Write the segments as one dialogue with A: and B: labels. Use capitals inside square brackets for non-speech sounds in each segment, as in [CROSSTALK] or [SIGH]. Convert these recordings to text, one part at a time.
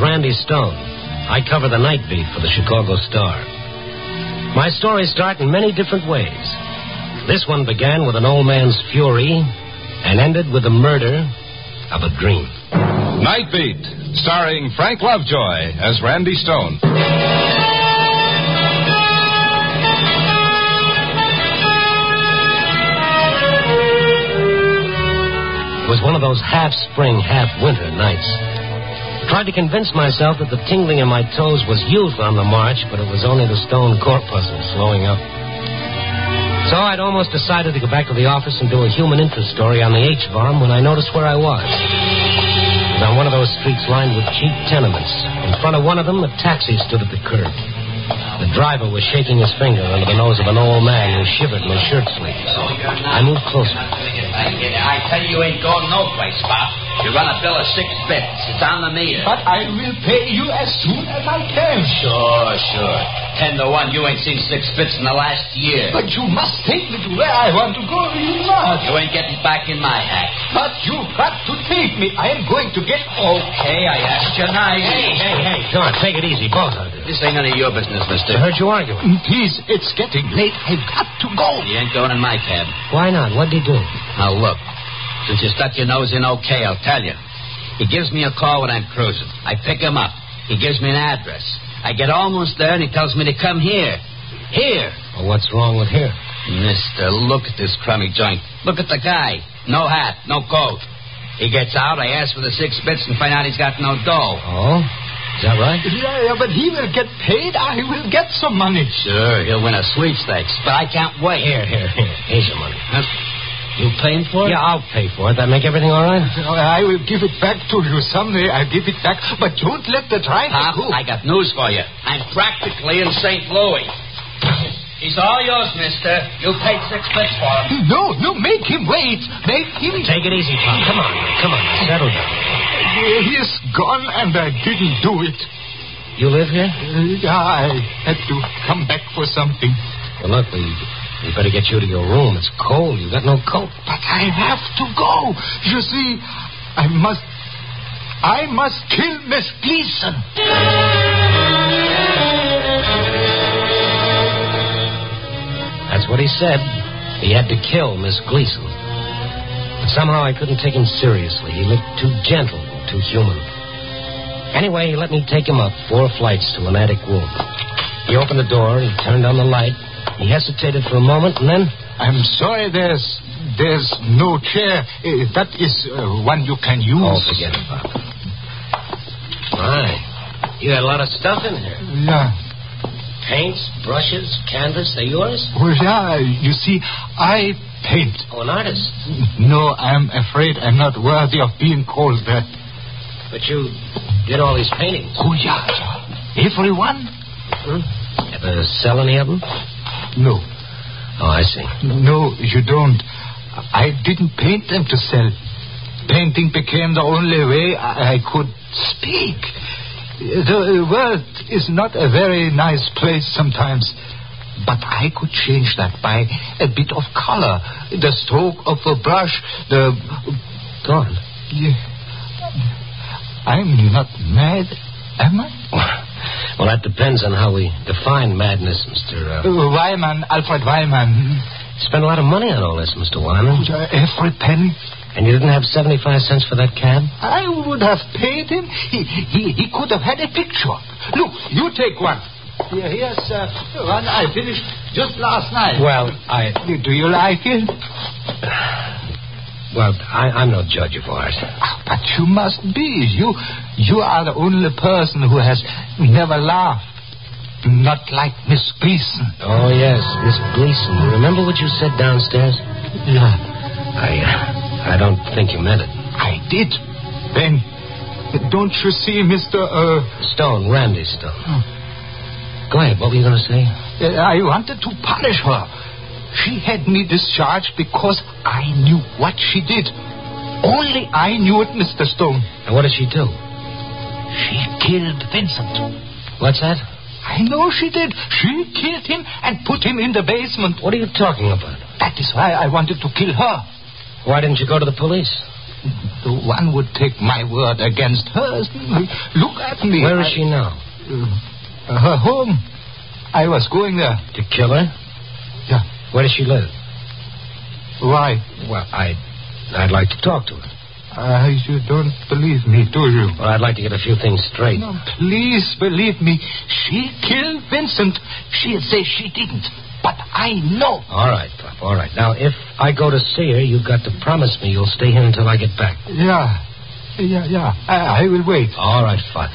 A: Randy Stone. I cover the night beat for the Chicago Star. My stories start in many different ways. This one began with an old man's fury and ended with the murder of a dream.
B: Night Beat, starring Frank Lovejoy as Randy Stone.
A: It was one of those half spring, half winter nights. Tried to convince myself that the tingling in my toes was youth on the march, but it was only the stone corpuscle slowing up. So I'd almost decided to go back to the office and do a human interest story on the H bomb when I noticed where I was. It was on one of those streets lined with cheap tenements. In front of one of them, a taxi stood at the curb. The driver was shaking his finger under the nose of an old man who shivered in his shirt sleeves. I moved closer.
C: I tell you, you ain't going no place, Pop. You're on a bill of six bits. It's on the meter.
D: But I will pay you as soon as I can.
C: Sure, Oh, sure. Ten to one, you ain't seen six bits in the last year.
D: But you must take me to where I want to go. You must.
C: You ain't getting back in my hack.
D: But you've got to take me. I am going to get
C: Okay, I asked you nice.
A: Hey, hey, come on, take it easy, both of you.
C: This ain't none of your business, mister.
A: I heard you arguing.
D: Please, it's getting late. I've got to go.
C: You ain't going in my cab.
A: Why not? What'd he do?
C: Now, look. Since you stuck your nose in okay, I'll tell you. He gives me a call when I'm cruising. I pick him up. He gives me an address. I get almost there, and he tells me to come here. Here.
A: Well, what's wrong with here?
C: Mister, look at this crummy joint. Look at the guy. No hat, no coat. He gets out, I ask for the six bits, and find out he's got no dough.
A: Oh? Is that right?
D: Yeah, yeah, but he will get paid. I will get some money.
C: Sure, he'll win a sweepstakes, but I can't wait.
A: Here, here, here. Here's your money.
C: Huh? oh, You paying for it?
A: Yeah, I'll pay for it. That make everything all right?
D: I will give it back to you someday. I'll give it back. But don't let the driver
C: Pop,
D: go.
C: I got news for you. I'm practically in St. Louis. He's all yours, mister. You paid six bits for him.
D: No, no, make him wait. Make him.
A: Take it easy, Pop. Come on, come on. Settle down.
D: He is gone, and I didn't do it.
A: You live here?
D: Uh, I had to come back for something.
A: Well, look, we, we better get you to your room. It's cold. You got no coat.
D: But I have to go. You see, I must. I must kill Miss Gleason.
A: That's what he said. He had to kill Miss Gleason. But somehow I couldn't take him seriously. He looked too gentle, too human. Anyway, he let me take him up four flights to an attic room. He opened the door, he turned on the light. He hesitated for a moment, and then
D: I'm sorry there's. There's no chair. Uh, that is uh, one you can use.
A: Oh, forget it, Pop. My. You had a lot of stuff in here.
D: Yeah.
A: Paints, brushes, canvas, they're yours?
D: Well, yeah, you see, I paint.
A: Oh, an artist.
D: No, I'm afraid I'm not worthy of being called that.
A: But you did all these paintings.
D: Oh, yeah, yeah. Everyone?
A: Hmm? Ever sell any of them?
D: No.
A: Oh, I see.
D: No, you don't. I didn't paint them to sell. Painting became the only way I I could speak. The world is not a very nice place sometimes. But I could change that by a bit of color, the stroke of a brush, the.
A: Go on.
D: Yeah. I'm not mad, am I?
A: [LAUGHS] Well, that depends on how we define madness, Mr. Uh,
D: Wyman, Alfred Wyman.
A: spent a lot of money on all this, Mr. Wyman.
D: Every penny.
A: And you didn't have 75 cents for that cab?
D: I would have paid him. He, he, he could have had a picture. Look, you take one. Here, here's uh, one I finished just last night.
A: Well, I.
D: Do you like it?
A: Well, I, I'm no judge of art.
D: But you must be. You, you are the only person who has never laughed. Not like Miss Gleason.
A: Oh, yes, Miss Gleason. Remember what you said downstairs?
D: Yeah,
A: I. Uh, I don't think you meant it.
D: I did. Then, don't you see, Mister? Uh,
A: Stone, Randy Stone.
D: Oh.
A: Go ahead, what were you going to say?
D: Uh, I wanted to punish her. She had me discharged because I knew what she did. Only I knew it, Mr. Stone.
A: And what did she do?
D: She killed Vincent.
A: What's that?
D: I know she did. She killed him and put him in the basement.
A: What are you talking about?
D: That is why I wanted to kill her.
A: Why didn't you go to the police?
D: One would take my word against hers. Look at me.
A: Where
D: I-
A: is she now?
D: Uh, her home. I was going there.
A: To kill her?
D: Yeah.
A: Where does she live?
D: Why?
A: Well, I, I'd like to talk to her.
D: Uh, you don't believe me, do you?
A: Well, I'd like to get a few things straight.
D: No, please believe me. She killed Vincent. She'd say she didn't. But I know.
A: All right, Pop. All right. Now, if I go to see her, you've got to promise me you'll stay here until I get back.
D: Yeah. Yeah, yeah. Ah, I, I will wait.
A: All right, fine.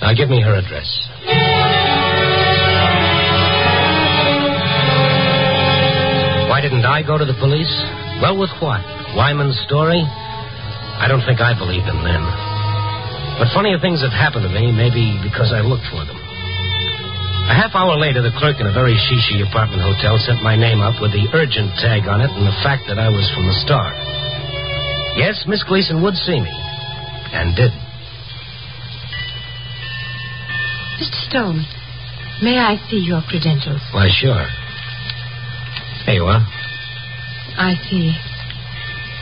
A: Now, give me her address. Why didn't I go to the police? Well, with what? Wyman's story? I don't think I believed in them. But funnier things have happened to me, maybe because I looked for them. A half hour later, the clerk in a very shishy apartment hotel sent my name up with the urgent tag on it and the fact that I was from the Star. Yes, Miss Gleason would see me. And did.
E: Mr. Stone, may I see your credentials?
A: Why, sure. There you are.
E: I see.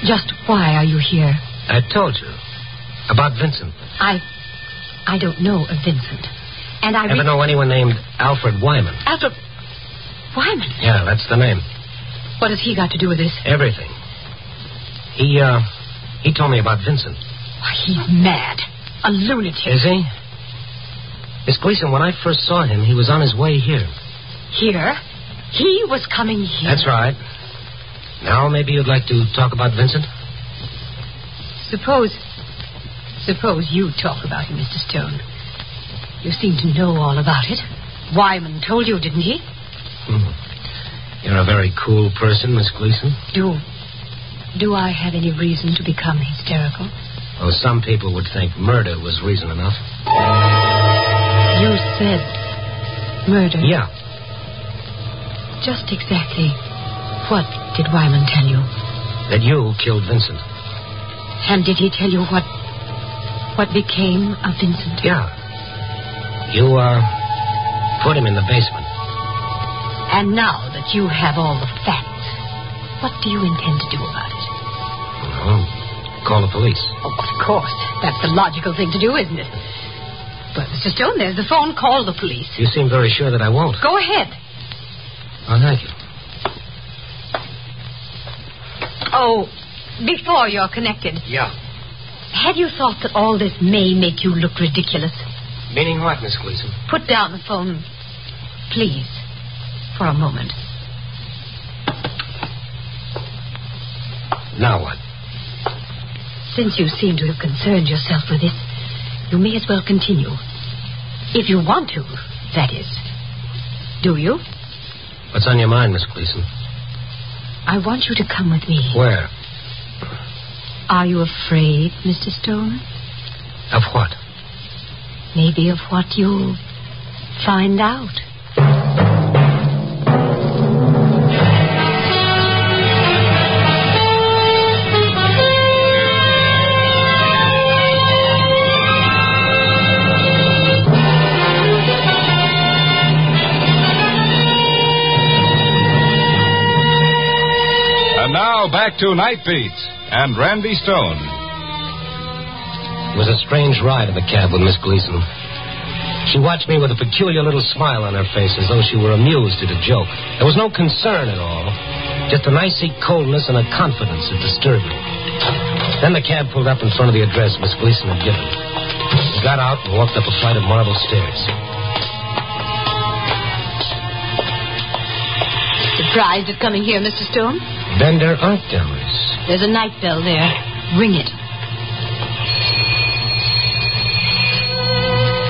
E: Just why are you here?
A: I told you about Vincent.
E: I. I don't know of Vincent. And I.
A: Ever
E: re-
A: know anyone named Alfred Wyman?
E: Alfred. Wyman.
A: Yeah, that's the name.
E: What has he got to do with this?
A: Everything. He, uh, he told me about Vincent.
E: Why, He's mad. A lunatic.
A: Is he? Miss Gleason, when I first saw him, he was on his way here.
E: Here? He was coming here.
A: That's right. Now, maybe you'd like to talk about Vincent?
E: Suppose. Suppose you talk about him, Mr. Stone. You seem to know all about it. Wyman told you, didn't he?
A: Hmm. You're a very cool person, Miss Gleason.
E: Do. Do I have any reason to become hysterical?
A: Though some people would think murder was reason enough.
E: You said murder.
A: Yeah,
E: Just exactly what did Wyman tell you?
A: that you killed Vincent.
E: And did he tell you what what became of Vincent?
A: Yeah. You, uh, put him in the basement.
E: And now that you have all the facts, what do you intend to do about it?
A: Oh, call the police.
E: Oh, of course. That's the logical thing to do, isn't it? But, Mr. Stone, there's the phone. Call the police.
A: You seem very sure that I won't.
E: Go ahead.
A: Oh, thank you.
E: Oh, before you're connected,
A: Yeah.
E: have you thought that all this may make you look ridiculous?
A: Meaning what, Miss Gleason?
E: Put down the phone, please, for a moment.
A: Now what?
E: Since you seem to have concerned yourself with this, you may as well continue. If you want to, that is. Do you?
A: What's on your mind, Miss Gleason?
E: I want you to come with me.
A: Where?
E: Are you afraid, Mr. Stone?
A: Of what?
E: Maybe of what you'll find out.
B: And now back to Night Beat and Randy Stone.
A: It was a strange ride in the cab with Miss Gleason. She watched me with a peculiar little smile on her face as though she were amused at a joke. There was no concern at all, just an icy coldness and a confidence that disturbed me. Then the cab pulled up in front of the address Miss Gleason had given. She got out and walked up a flight of marble stairs.
E: Surprised at coming here, Mr. Stone?
A: Bender Art Galleries.
E: There's a night bell there. Ring it.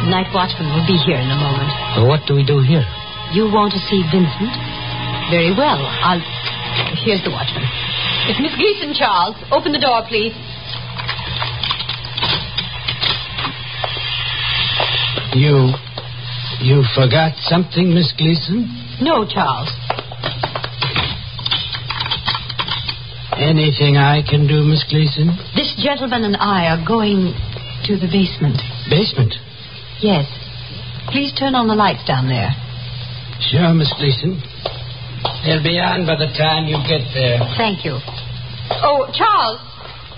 E: Night watchman will be here in a moment.
A: Well, what do we do here?
E: You want to see Vincent? Very well. I'll. Here's the watchman. It's Miss Gleason, Charles. Open the door, please.
C: You. You forgot something, Miss Gleason?
E: No, Charles.
C: Anything I can do, Miss Gleason?
E: This gentleman and I are going to the basement.
C: Basement.
E: Yes. Please turn on the lights down there.
C: Sure, Miss Gleason. They'll be on by the time you get there.
E: Thank you. Oh, Charles,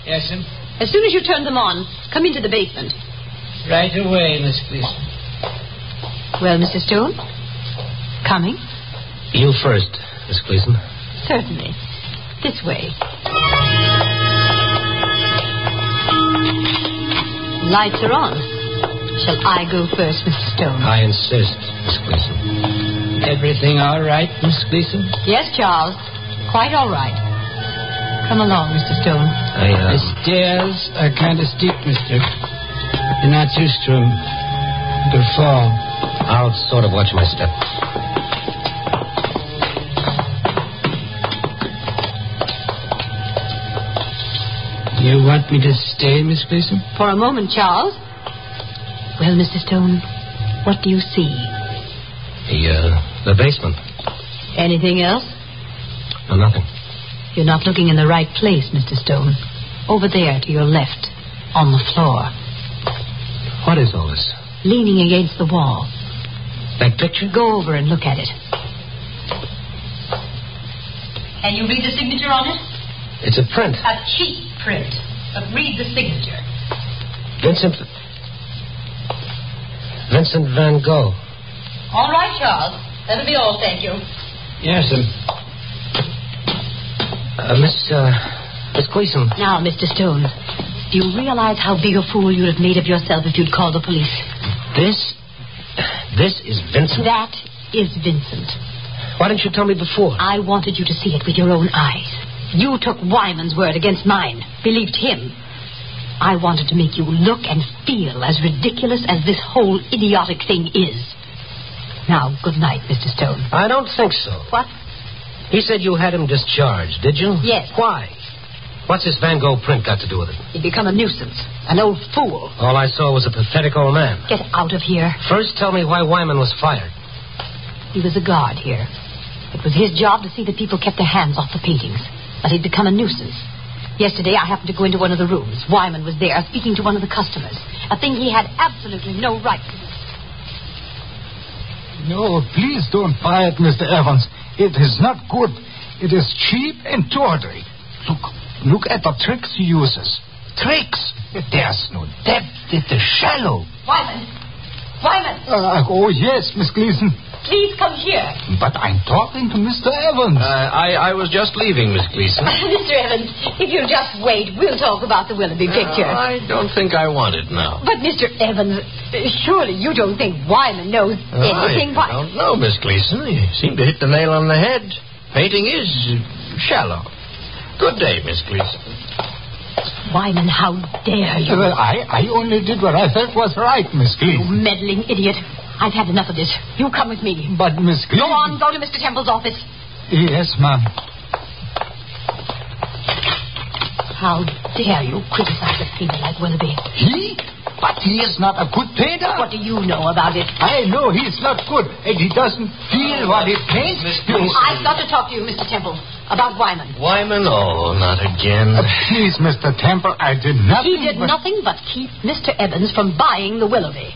C: Yes, sir?
E: As soon as you turn them on, come into the basement.
C: Right away, Miss Gleason.
E: Well, Mr. Stone? Coming?
A: You first, Miss Gleason.
E: Certainly. This way. Lights are on. Shall I go first, Mr. Stone?
A: I insist, Miss Gleason.
C: Everything all right, Miss Gleason?
E: Yes, Charles. Quite all right. Come along, Mr. Stone.
A: I, uh,
C: The stairs are kind of steep, mister. You're not used to 'em. They'll fall.
A: I'll sort of watch my step.
C: You want me to stay, Miss Gleason?
E: For a moment, Charles. Well, Mr. Stone, what do you see?
A: The, uh, the basement.
E: Anything else?
A: No, nothing.
E: You're not looking in the right place, Mr. Stone. Over there to your left, on the floor,
A: What is all this?
E: leaning against the wall.
A: That picture?
E: Go over and look at it. Can you read the signature on it?
A: It's a print.
E: A cheap print. But read the signature.
A: Vincent. Vincent Van Gogh.
E: All right, Charles. That'll be all, thank you.
C: Yes, sir.
A: Uh, Miss, uh, Miss Gleason.
E: Now, Mr. Stone, do you realize how big a fool you'd have made of yourself if you'd called the police?
A: This. This is Vincent.
E: That is Vincent.
A: Why didn't you tell me before?
E: I wanted you to see it with your own eyes. You took Wyman's word against mine, believed him. I wanted to make you look and feel as ridiculous as this whole idiotic thing is. Now, good night, Mr. Stone.
A: I don't think so.
E: What?
A: He said you had him discharged, did you?
E: Yes.
A: Why? What's this Van Gogh print got to do with it?
E: You've become a nuisance, an old fool.
A: All I saw was a pathetic old man.
E: Get out of here.
A: First, tell me why Wyman was fired.
E: He was a guard here. It was his job to see that people kept their hands off the paintings. But he'd become a nuisance. Yesterday, I happened to go into one of the rooms. Wyman was there speaking to one of the customers. A thing he had absolutely no right to do.
D: No, please don't buy it, Mr. Evans. It is not good. It is cheap and tawdry. Look, look at the tricks he uses. Tricks? There's no depth. It is shallow.
E: Wyman! Wyman!
D: Uh, oh, yes, Miss Gleason.
E: Please come here.
D: But I'm talking to Mr. Evans.
C: Uh, I, I was just leaving, Miss Gleason.
E: Mr. Evans, if you'll just wait, we'll talk about the Willoughby picture.
C: Uh, I don't think I want it now.
E: But, Mr. Evans, uh, surely you don't think Wyman knows anything.
C: Uh, I
E: Why-
C: don't know, Miss Gleason. You seem to hit the nail on the head. Painting is uh, shallow. Good day, Miss Gleason. [LAUGHS]
E: Wyman, how dare you?
D: Well, I, I only did what I felt was right, Miss
E: You
D: Gleason.
E: meddling idiot. I've had enough of this. You come with me.
D: But, Miss
E: Go
D: Gleason.
E: on, go to Mr. Temple's office.
D: Yes, ma'am.
E: How dare you criticize a painter like Willoughby?
D: He? But he is not a good painter.
E: What do you know about it?
D: I know he's not good, and he doesn't feel what he paints.
C: Miss
D: You-
C: Gleason.
E: I've got to talk to you, Mr. Temple, about Wyman.
C: Wyman? Oh, not again.
D: Uh, Please, Mr. Temple, I did nothing.
E: He did
D: but-
E: nothing but keep Mr. Evans from buying the Willoughby.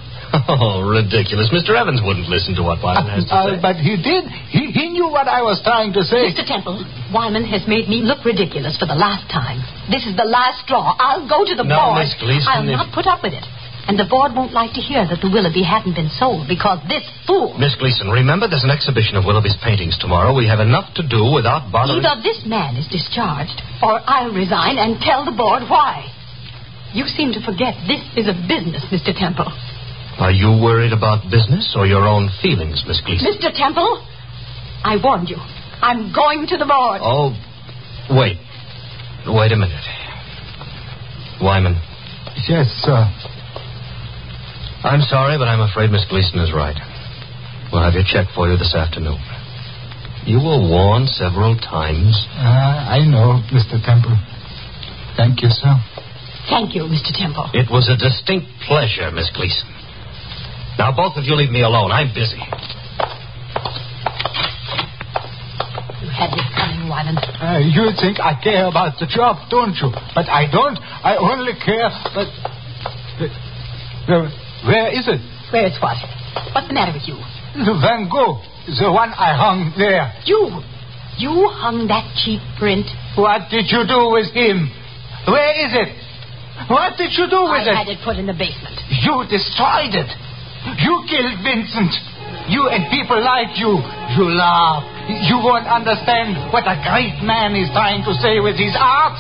C: Oh, ridiculous. Mr. Evans wouldn't listen to what Wyman has to
D: Uh,
C: say.
D: but he did. He, he knew what I was trying to say.
E: Mr. Temple, Wyman has made me look ridiculous for the last time. This is the last straw. I'll go to the
C: No,
E: board.
C: Miss Gleason,
E: I'll
C: if-
E: not put up with it. And the board won't like to hear that the Willoughby hadn't been sold because this fool.
C: Miss Gleason, remember there's an exhibition of Willoughby's paintings tomorrow. We have enough to do without bothering.
E: Either this man is discharged, or I'll resign and tell the board why. You seem to forget this is a business, Mr. Temple.
C: Are you worried about business or your own feelings, Miss Gleason?
E: Mr. Temple, I warned you. I'm going to the board.
C: Oh, wait. Wait a minute. Wyman,
D: [LAUGHS] Yes, sir.
C: I'm sorry, but I'm afraid Miss Gleason is right. We'll have your check for you this afternoon. You were warned several times.
D: Uh, I know, Mr. Temple. Thank you, sir.
E: Thank you, Mr. Temple.
C: It was a distinct pleasure, Miss Gleason. Now, both of you leave me alone. I'm busy.
E: You had this coming, Wyman.
D: Uh, you think I care about the job, don't you? But I don't. I only care. But where is it?
E: Where is what? What's the matter with you?
D: The Van Gogh, the one I hung there.
E: You! You hung that cheap print.
D: What did you do with him? Where is it? What did you do with
B: I
D: it?
B: had it put in the basement.
D: You destroyed it. You killed Vincent. You and people like you. You laugh. You won't understand what a great man is trying to say with his art.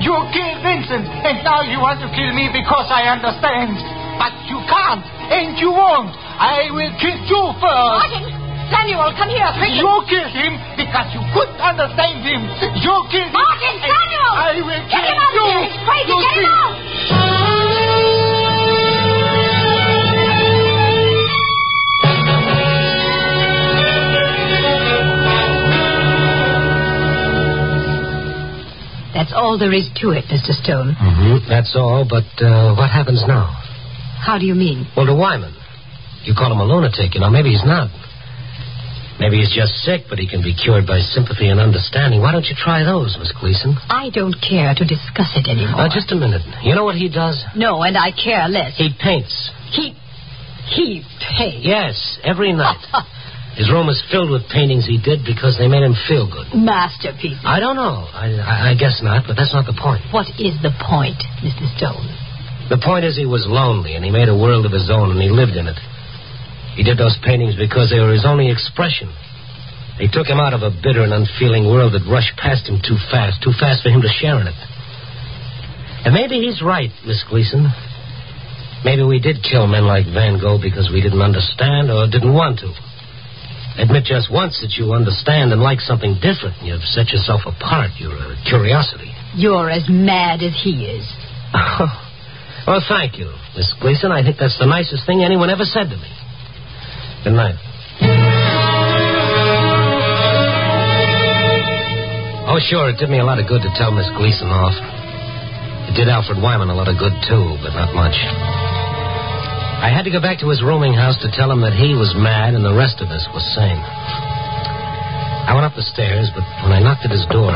D: You killed Vincent, and now you want to kill me because I understand. But you can't, and you won't. I will kill you first.
B: Martin! Samuel, come here, quickly!
D: You killed him because you couldn't understand him. You killed him.
B: Martin,
D: and
B: Samuel!
D: I will
B: Get
D: kill
B: him out of
D: you.
B: here! He's crazy!
D: You
B: Get him
D: killed-
B: out! That's all there is to it, Mr. Stone.
A: Mm-hmm. That's all, but uh, what happens now?
B: How do you mean?
A: Well, to Wyman. You call him a lunatic, you know. Maybe he's not. Maybe he's just sick, but he can be cured by sympathy and understanding. Why don't you try those, Miss Gleason?
B: I don't care to discuss it
A: Uh,
B: anymore.
A: just a minute. You know what he does?
B: No, and I care less.
A: He paints.
B: He. He paid.
A: Yes, every night. His room is filled with paintings he did because they made him feel good.
B: [LAUGHS] Masterpiece.
A: I don't know. I, I, I guess not, but that's not the point.
B: What is the point, Mr. Stone?
A: The point is, he was lonely, and he made a world of his own, and he lived in it. He did those paintings because they were his only expression. They took him out of a bitter and unfeeling world that rushed past him too fast, too fast for him to share in it. And maybe he's right, Miss Gleason. Maybe we did kill men like Van Gogh because we didn't understand or didn't want to. Admit just once that you understand and like something different, and you've set yourself apart. You're a curiosity.
B: You're as mad as he is.
A: Oh. Well, thank you, Miss Gleason. I think that's the nicest thing anyone ever said to me. Good night. Oh, sure, it did me a lot of good to tell Miss Gleason off. It did Alfred Wyman a lot of good, too, but not much. I had to go back to his rooming house to tell him that he was mad and the rest of us was sane. I went up the stairs, but when I knocked at his door.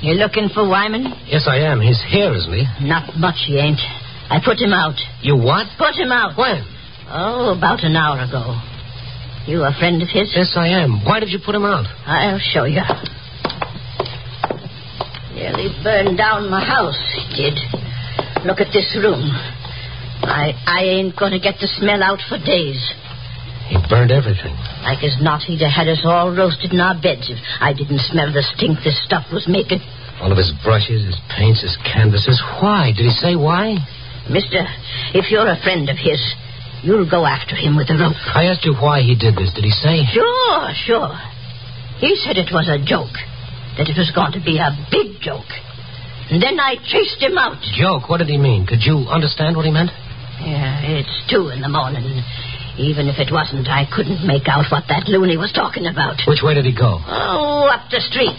E: You looking for Wyman?
A: Yes, I am. He's here, isn't he?
E: Not much, he ain't. I put him out.
A: You what?
E: Put him out.
A: When?
E: Oh, about an hour ago. You a friend of his?
A: Yes, I am. Why did you put him out?
E: I'll show you. Nearly burned down my house, it did. Look at this room. I I ain't gonna get the smell out for days.
A: He burned everything.
E: Like as not, he'd have had us all roasted in our beds if I didn't smell the stink this stuff was making.
A: All of his brushes, his paints, his canvases. Why? Did he say why?
E: Mister, if you're a friend of his, you'll go after him with a rope.
A: I asked you why he did this. Did he say?
E: Sure, sure. He said it was a joke, that it was going to be a big joke. And then I chased him out.
A: Joke. What did he mean? Could you understand what he meant?
E: Yeah, it's two in the morning. Even if it wasn't, I couldn't make out what that loony was talking about.
A: Which way did he go?
E: Oh, up the street.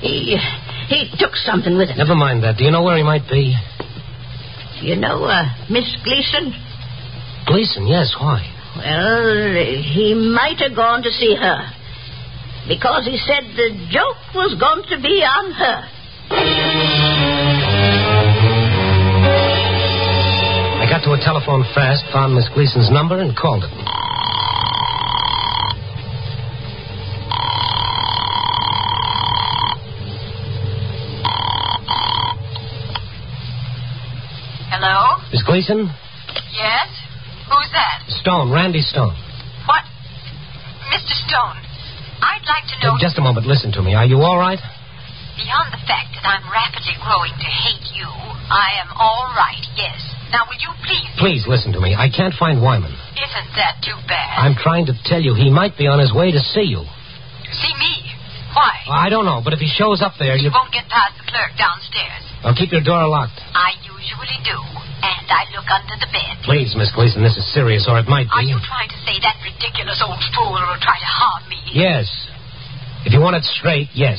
E: He he took something with him.
A: Never mind that. Do you know where he might be?
E: You know, uh, Miss Gleason.
A: Gleason, yes. Why?
E: Well, he might have gone to see her because he said the joke was going to be on her.
A: I got to a telephone fast, found Miss Gleason's number, and called it.
F: Hello?
A: Miss Gleason?
F: Yes? Who's that?
A: Stone, Randy Stone.
F: What? Mr. Stone, I'd like to know
A: Uh, just a moment. Listen to me. Are you all right?
F: beyond the fact that I'm rapidly growing to hate you, I am all right, yes. Now, will you please?
A: Please listen to me. I can't find Wyman.
F: Isn't that too bad?
A: I'm trying to tell you he might be on his way to see you.
F: See me? Why?
A: I don't know, but if he shows up there,
F: You
A: you.
F: won't get past the clerk downstairs.
A: Well, keep your door locked.
F: I usually do, and I look under the bed.
A: Please, Miss Gleason, this is serious, or it might be.
F: Are you trying to say that ridiculous old fool will try to harm me?
A: Yes. If you want it straight, yes.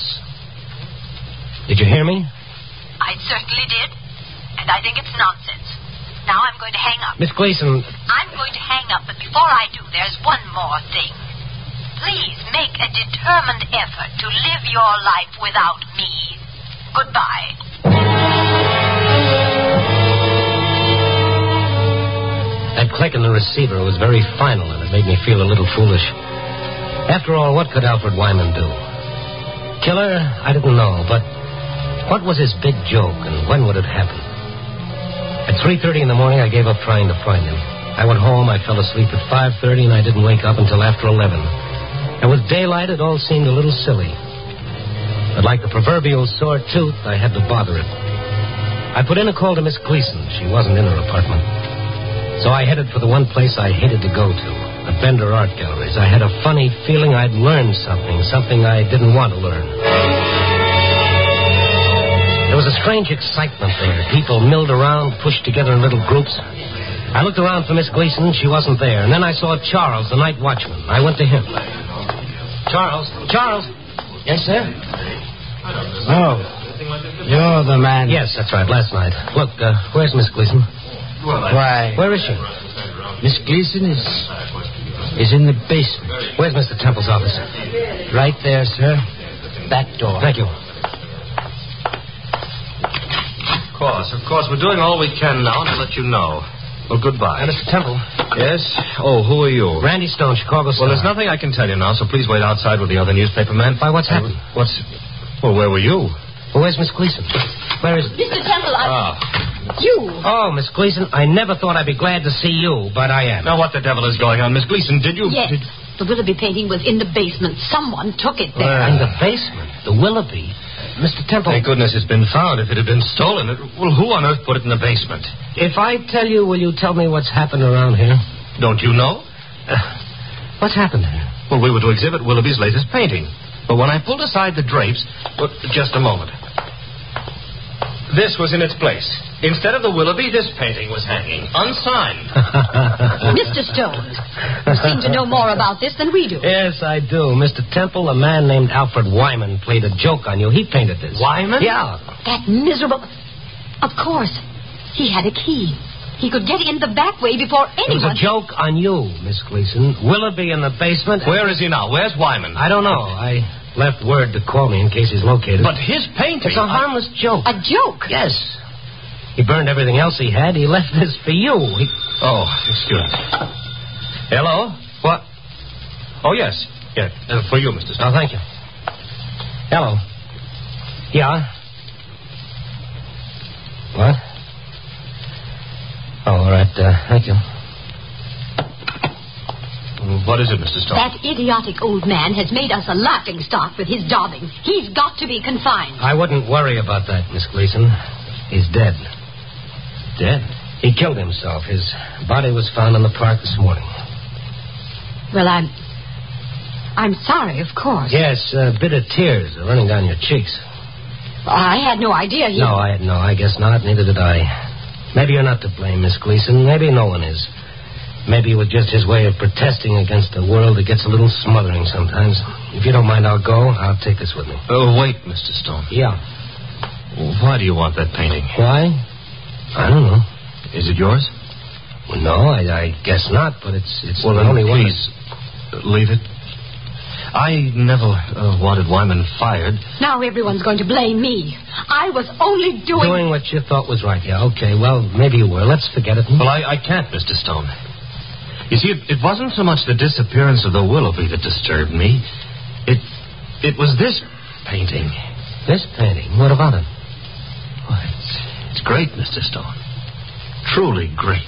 A: Did you hear me?
F: I certainly did, and I think it's nonsense. Now I'm going to hang up.
A: Miss Gleason,
F: I'm going to hang up, but before I do, there's one more thing. Please make a determined effort to live your life without me. Goodbye.
A: that click in the receiver was very final, and it made me feel a little foolish. After all, what could Alfred Wyman do? Killer? I didn't know, but What was his big joke, and when would it happen? At 3.30 in the morning, I gave up trying to find him. I went home, I fell asleep at 5.30, and I didn't wake up until after 11. And with daylight, it all seemed a little silly. But like the proverbial sore tooth, I had to bother it. I put in a call to Miss Gleason. She wasn't in her apartment. So I headed for the one place I hated to go to, the Bender Art Galleries. I had a funny feeling I'd learned something, something I didn't want to learn. There was a strange excitement there. People milled around, pushed together in little groups. I looked around for Miss Gleason. She wasn't there. And then I saw Charles, the night watchman. I went to him. Charles, Charles. Yes, sir?
C: Oh, you're the man.
A: Yes, that's right. Last night. Look, uh, where's Miss Gleason?
C: Why?
A: Where is she?
C: Miss Gleason is is in the basement,
A: Where's Mr. Temple's office?
C: right there, sir. That door.
A: Thank you.
D: Of course, of course. We're doing all we can now to let you know. Well, goodbye.
A: Now, Mr. Temple.
D: Yes? Oh, who are you?
A: Randy Stone, Chicago Star.
D: Well, there's nothing I can tell you now, so please wait outside with the other newspaper man.
A: Why, what's happened?
D: What's. Well, where were you?
A: Well, where's Miss Gleason? Where is...
E: Mr. Temple, I...
D: Ah.
E: You.
A: Oh, Miss Gleason, I never thought I'd be glad to see you, but I am.
D: Now, what the devil is going on? Miss Gleason, did you.
E: Yes.
D: Did...
E: The Willoughby painting was in the basement. Someone took it there.
A: In
E: [LAUGHS]
A: the basement, the Willoughby. Mr. Temple,
D: Thank goodness it's been found. If it had been stolen, it... well, who on earth put it in the basement?
A: if I tell you, will you tell me what's happened around here?
D: Don't you know?
A: What's happened here?
D: Well, we were to exhibit Willoughby's latest painting. But when I pulled aside the drapes. Well, just a moment. This was in its place. Instead of the Willoughby, this painting was hanging, unsigned.
E: Mr. Stone, you seem to know more about this than we do.
A: Yes, I do. Mr. Temple, a man named Alfred Wyman played a joke on you. He painted this.
D: Wyman?
A: Yeah.
E: That miserable. Of course, he had a key. He could get in the back way before
A: It was a
E: anyone.
A: joke on you, Miss Gleason. Willoughby in the basement.
D: Where is he now? Where's Wyman?
A: I don't know. I left word to call me in case he's located.
D: But his painting.
A: it's a harmless joke.
E: A joke.
A: Yes. He burned everything else he had. He left this for you. He...
D: Oh, excuse me. Hello? What? Oh, yes. Yeah, uh, for you, Mr.
A: Oh,
D: Stone.
A: thank you. Hello. Yeah? What? Oh, all right. Uh, thank you.
D: What is it, Mr. Stone?
E: That idiotic old man has made us a laughing stock with his daubing. He's got to be confined.
A: I wouldn't worry about that, Miss Gleason. He's dead. Dead? He killed himself. His body was found in the park this morning.
E: Well, I'm. I'm sorry, of course.
A: Yes, uh, bitter tears are running down your cheeks.
E: I had no idea he.
A: No, I no, I guess not. Neither did I. Maybe you're not to blame, Miss Gleason. Maybe no one is. Maybe it was just his way of protesting against a world that gets a little smothering sometimes. If you don't mind, I'll go. I'll take this with me.
D: Oh, wait, Mr. Stone.
A: Yeah.
D: Why do you want that painting?
A: Why? I don't know.
D: Is it yours?
A: Well, no, I, I guess not. But it's it's
D: Well,
A: the
D: then
A: only one.
D: please uh, leave it. I never uh, wanted Wyman fired.
E: Now everyone's going to blame me. I was only doing.
A: Doing what you thought was right, yeah. Okay, well, maybe you were. Let's forget it.
D: Well, I, I can't, Mr. Stone. You see, it, it wasn't so much the disappearance of the Willoughby that disturbed me. It it was this painting.
A: This painting, what about it?
D: Why, it's, it's great, Mr. Stone. Truly great.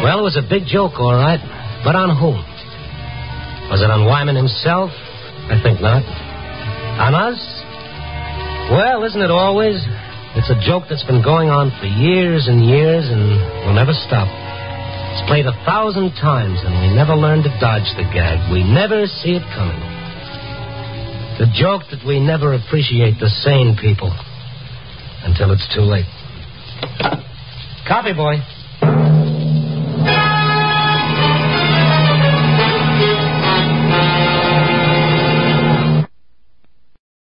A: Well, it was a big joke, all right. But on whom? Was it on Wyman himself? I think not. On us? Well, isn't it always? It's a joke that's been going on for years and years and will never stop. It's played a thousand times and we never learn to dodge the gag. We never see it coming. The joke that we never appreciate the sane people until it's too late. Copy, boy.